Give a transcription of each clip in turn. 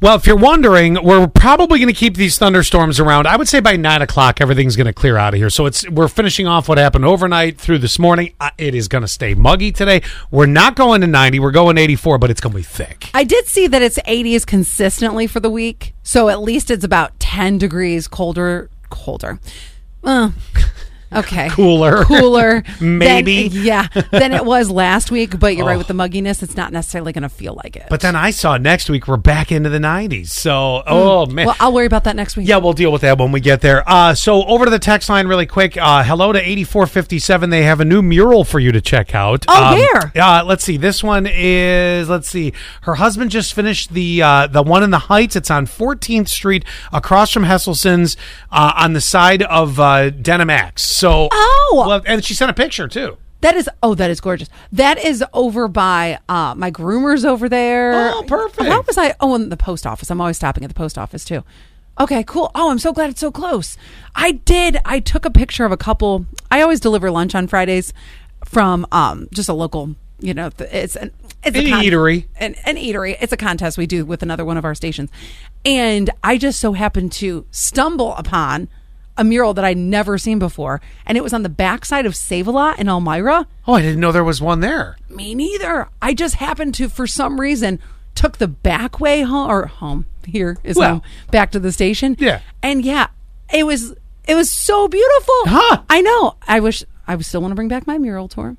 Well, if you're wondering, we're probably going to keep these thunderstorms around. I would say by nine o'clock, everything's going to clear out of here. So it's we're finishing off what happened overnight through this morning. Uh, It is going to stay muggy today. We're not going to ninety. We're going eighty four, but it's going to be thick. I did see that it's 80s consistently for the week, so at least it's about 10 degrees colder. Colder. Uh, okay. Cooler. Cooler. than- Maybe. Oh. yeah. Than it was last week, but you're right with the mugginess. It's not necessarily going to feel like it. But then I saw next week we're back into the nineties. So oh man. well, I'll worry about that next week. Yeah, we'll deal with that when we get there. Uh, so over to the text line really quick. Uh, hello to 8457. They have a new mural for you to check out. Oh, where? Uh, let's see. This one is, let's see. Her husband just finished the uh, the one in the Heights. It's on 14th Street across from Hesselson's uh, on the side of uh, Denim Axe. So, Oh! Well, and she sent a picture too. That is, oh, that is gorgeous. That is over by uh, my groomer's over there. Oh, perfect. Where was I? Oh, in the post office. I'm always stopping at the post office too. Okay, cool. Oh, I'm so glad it's so close. I did. I took a picture of a couple. I always deliver lunch on Fridays from um, just a local. You know, th- it's an it's An a eatery. an, an eatery. It's a contest we do with another one of our stations. And I just so happened to stumble upon a mural that I'd never seen before. And it was on the backside of Save a Lot in Elmira. Oh, I didn't know there was one there. Me neither. I just happened to, for some reason, took the back way home or home here is Well. home back to the station. Yeah. and yeah, it was it was so beautiful. Huh. I know. I wish I would still want to bring back my mural tour.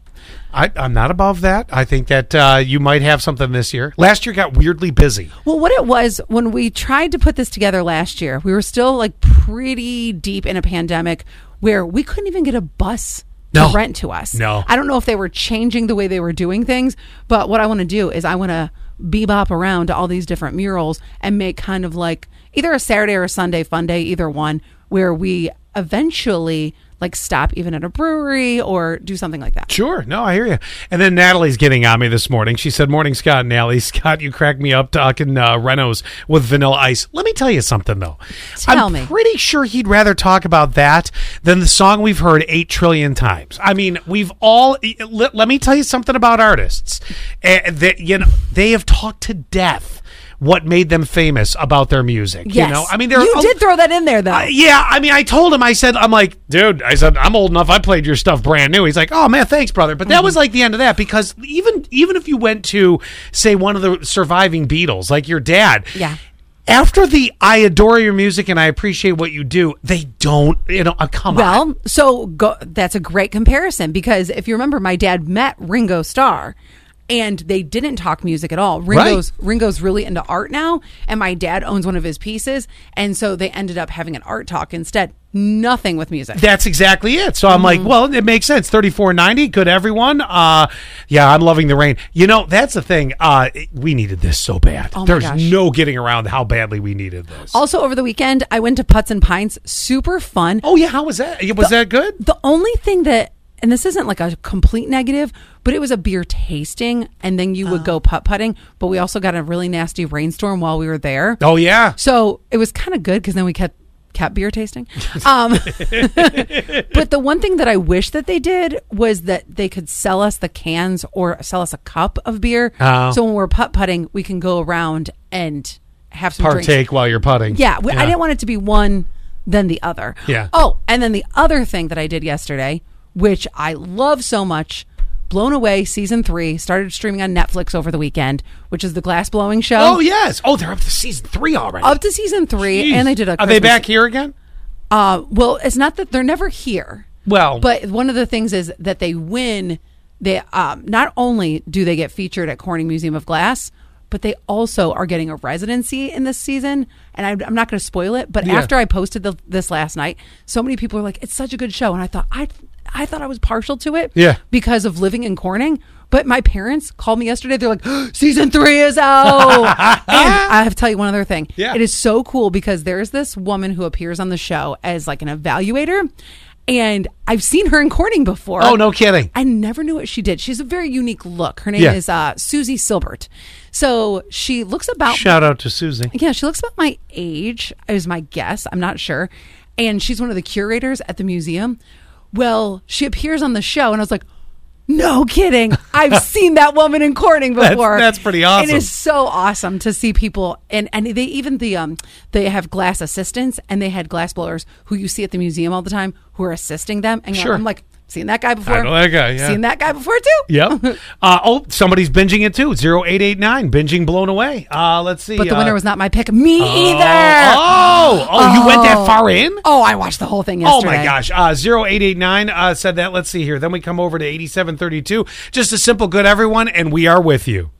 I, I'm not above that. I think that uh, you might have something this year. Last year got weirdly busy. Well, what it was when we tried to put this together last year, we were still like pretty deep in a pandemic where we couldn't even get a bus No. to rent to us. No. I don't know if they were changing the way they were doing things, but what I want to do is I want to bebop around to all these different murals and make kind of like either a Saturday or a Sunday fun day, either one, where we eventually like stop even at a brewery or do something like that. Sure. No, I hear you. And then Natalie's getting on me this morning. She said, Morning, Scott and Natalie. Scott, you cracked me up talking uh, Renos with vanilla ice. Let me tell you something, though. Tell I'm me. pretty sure he'd rather talk about that than the song we've heard 8 trillion times. I mean, we've all. e, Let, let me tell you something about artists. Uh, that, you know, they have talked to death what made them famous about their music. Yes. You know, I mean, there you are. did throw that in there though. Uh, yeah, I mean, I told him, I said, I'm like, dude, I said, I'm old enough. I played your stuff brand new. He's like, oh man, thanks, brother. But that Mm-hmm. was like the end of that because even even if you went to say one of the surviving Beatles, like your dad, Yeah. After the I adore your music and I appreciate what you do, they don't. You know, uh, come on. Well, so go, that's a great comparison because if you remember, my dad met Ringo Starr, and they didn't talk music at all. Ringo's Ringo's really into art now, and my dad owns one of his pieces, and so they ended up having an art talk instead. Nothing with music. That's exactly it. So I'm Mm-hmm. like, well, it makes sense. Thirty four ninety, good everyone. Uh, yeah, I'm loving the rain. You know, that's the thing. Uh, it- we needed this so bad. Oh my There's gosh. no getting around how badly we needed this. also, over the weekend, I went to Putts and Pints. Super fun. Oh yeah, how was that? Was that good? The only thing that, and this isn't like a complete negative, but it was a beer tasting, and then you would go putt putting. But we also got a really nasty rainstorm while we were there. Oh yeah. So it was kind of good because then we kept kept beer tasting. Um, but the one thing that I wish that they did was that they could sell us the cans or sell us a cup of beer. Oh. So when we're putt putting, we can go around and have some drinks. Partake while you're putting. Yeah, we- I didn't want it to be one then the other. Yeah. Oh, and then the other thing that I did yesterday, which I love so much, Blown Away season three started streaming on Netflix over the weekend, which is the glass blowing show. Oh yes. Oh, they're up to season three already. Up to season three, Jeez. and they did a. Are they Christmas- back here again? Uh, well, it's not that they're never here. Well- but one of the things is that they win. They um, not only do they get featured at Corning Museum of Glass, but they also are getting a residency in this season. And I'm, I'm not going to spoil it, but Yeah. after I posted the, this last night, so many people were like, "It's such a good show," and I thought I. I thought I was partial to it Yeah. because of living in Corning, but my parents called me yesterday. They're like, season three is out. and I have to tell you one other thing. Yeah. It is so cool because there's this woman who appears on the show as like an evaluator, and I've seen her in Corning before. Oh, no kidding. I never knew what she did. She's a very unique look. Her name Yeah. is uh, Susie Silbert. So she looks about Shout out to Susie. yeah, she looks about my age, is my guess. I'm not sure. And she's one of the curators at the museum. Well, she appears on the show, and I was like, No kidding. I've seen that woman in Corning before. that's pretty awesome. It is so awesome to see people and and they even the um they have glass assistants and they had glass blowers who you see at the museum all the time who are assisting them and Sure. I'm like seen that guy before. know that guy, yeah. Seen that guy before too. Yep. uh, oh, somebody's binging it too. 0889, binging blown away. Uh, let's see. But the uh, winner was not my pick. Me oh, either. Oh, oh, you went that far in? Oh, I watched the whole thing Oh yesterday. my gosh. Uh, 0889 uh, said that. Let's see here. Then we come over to 8732. Just a simple good, everyone, and we are with you.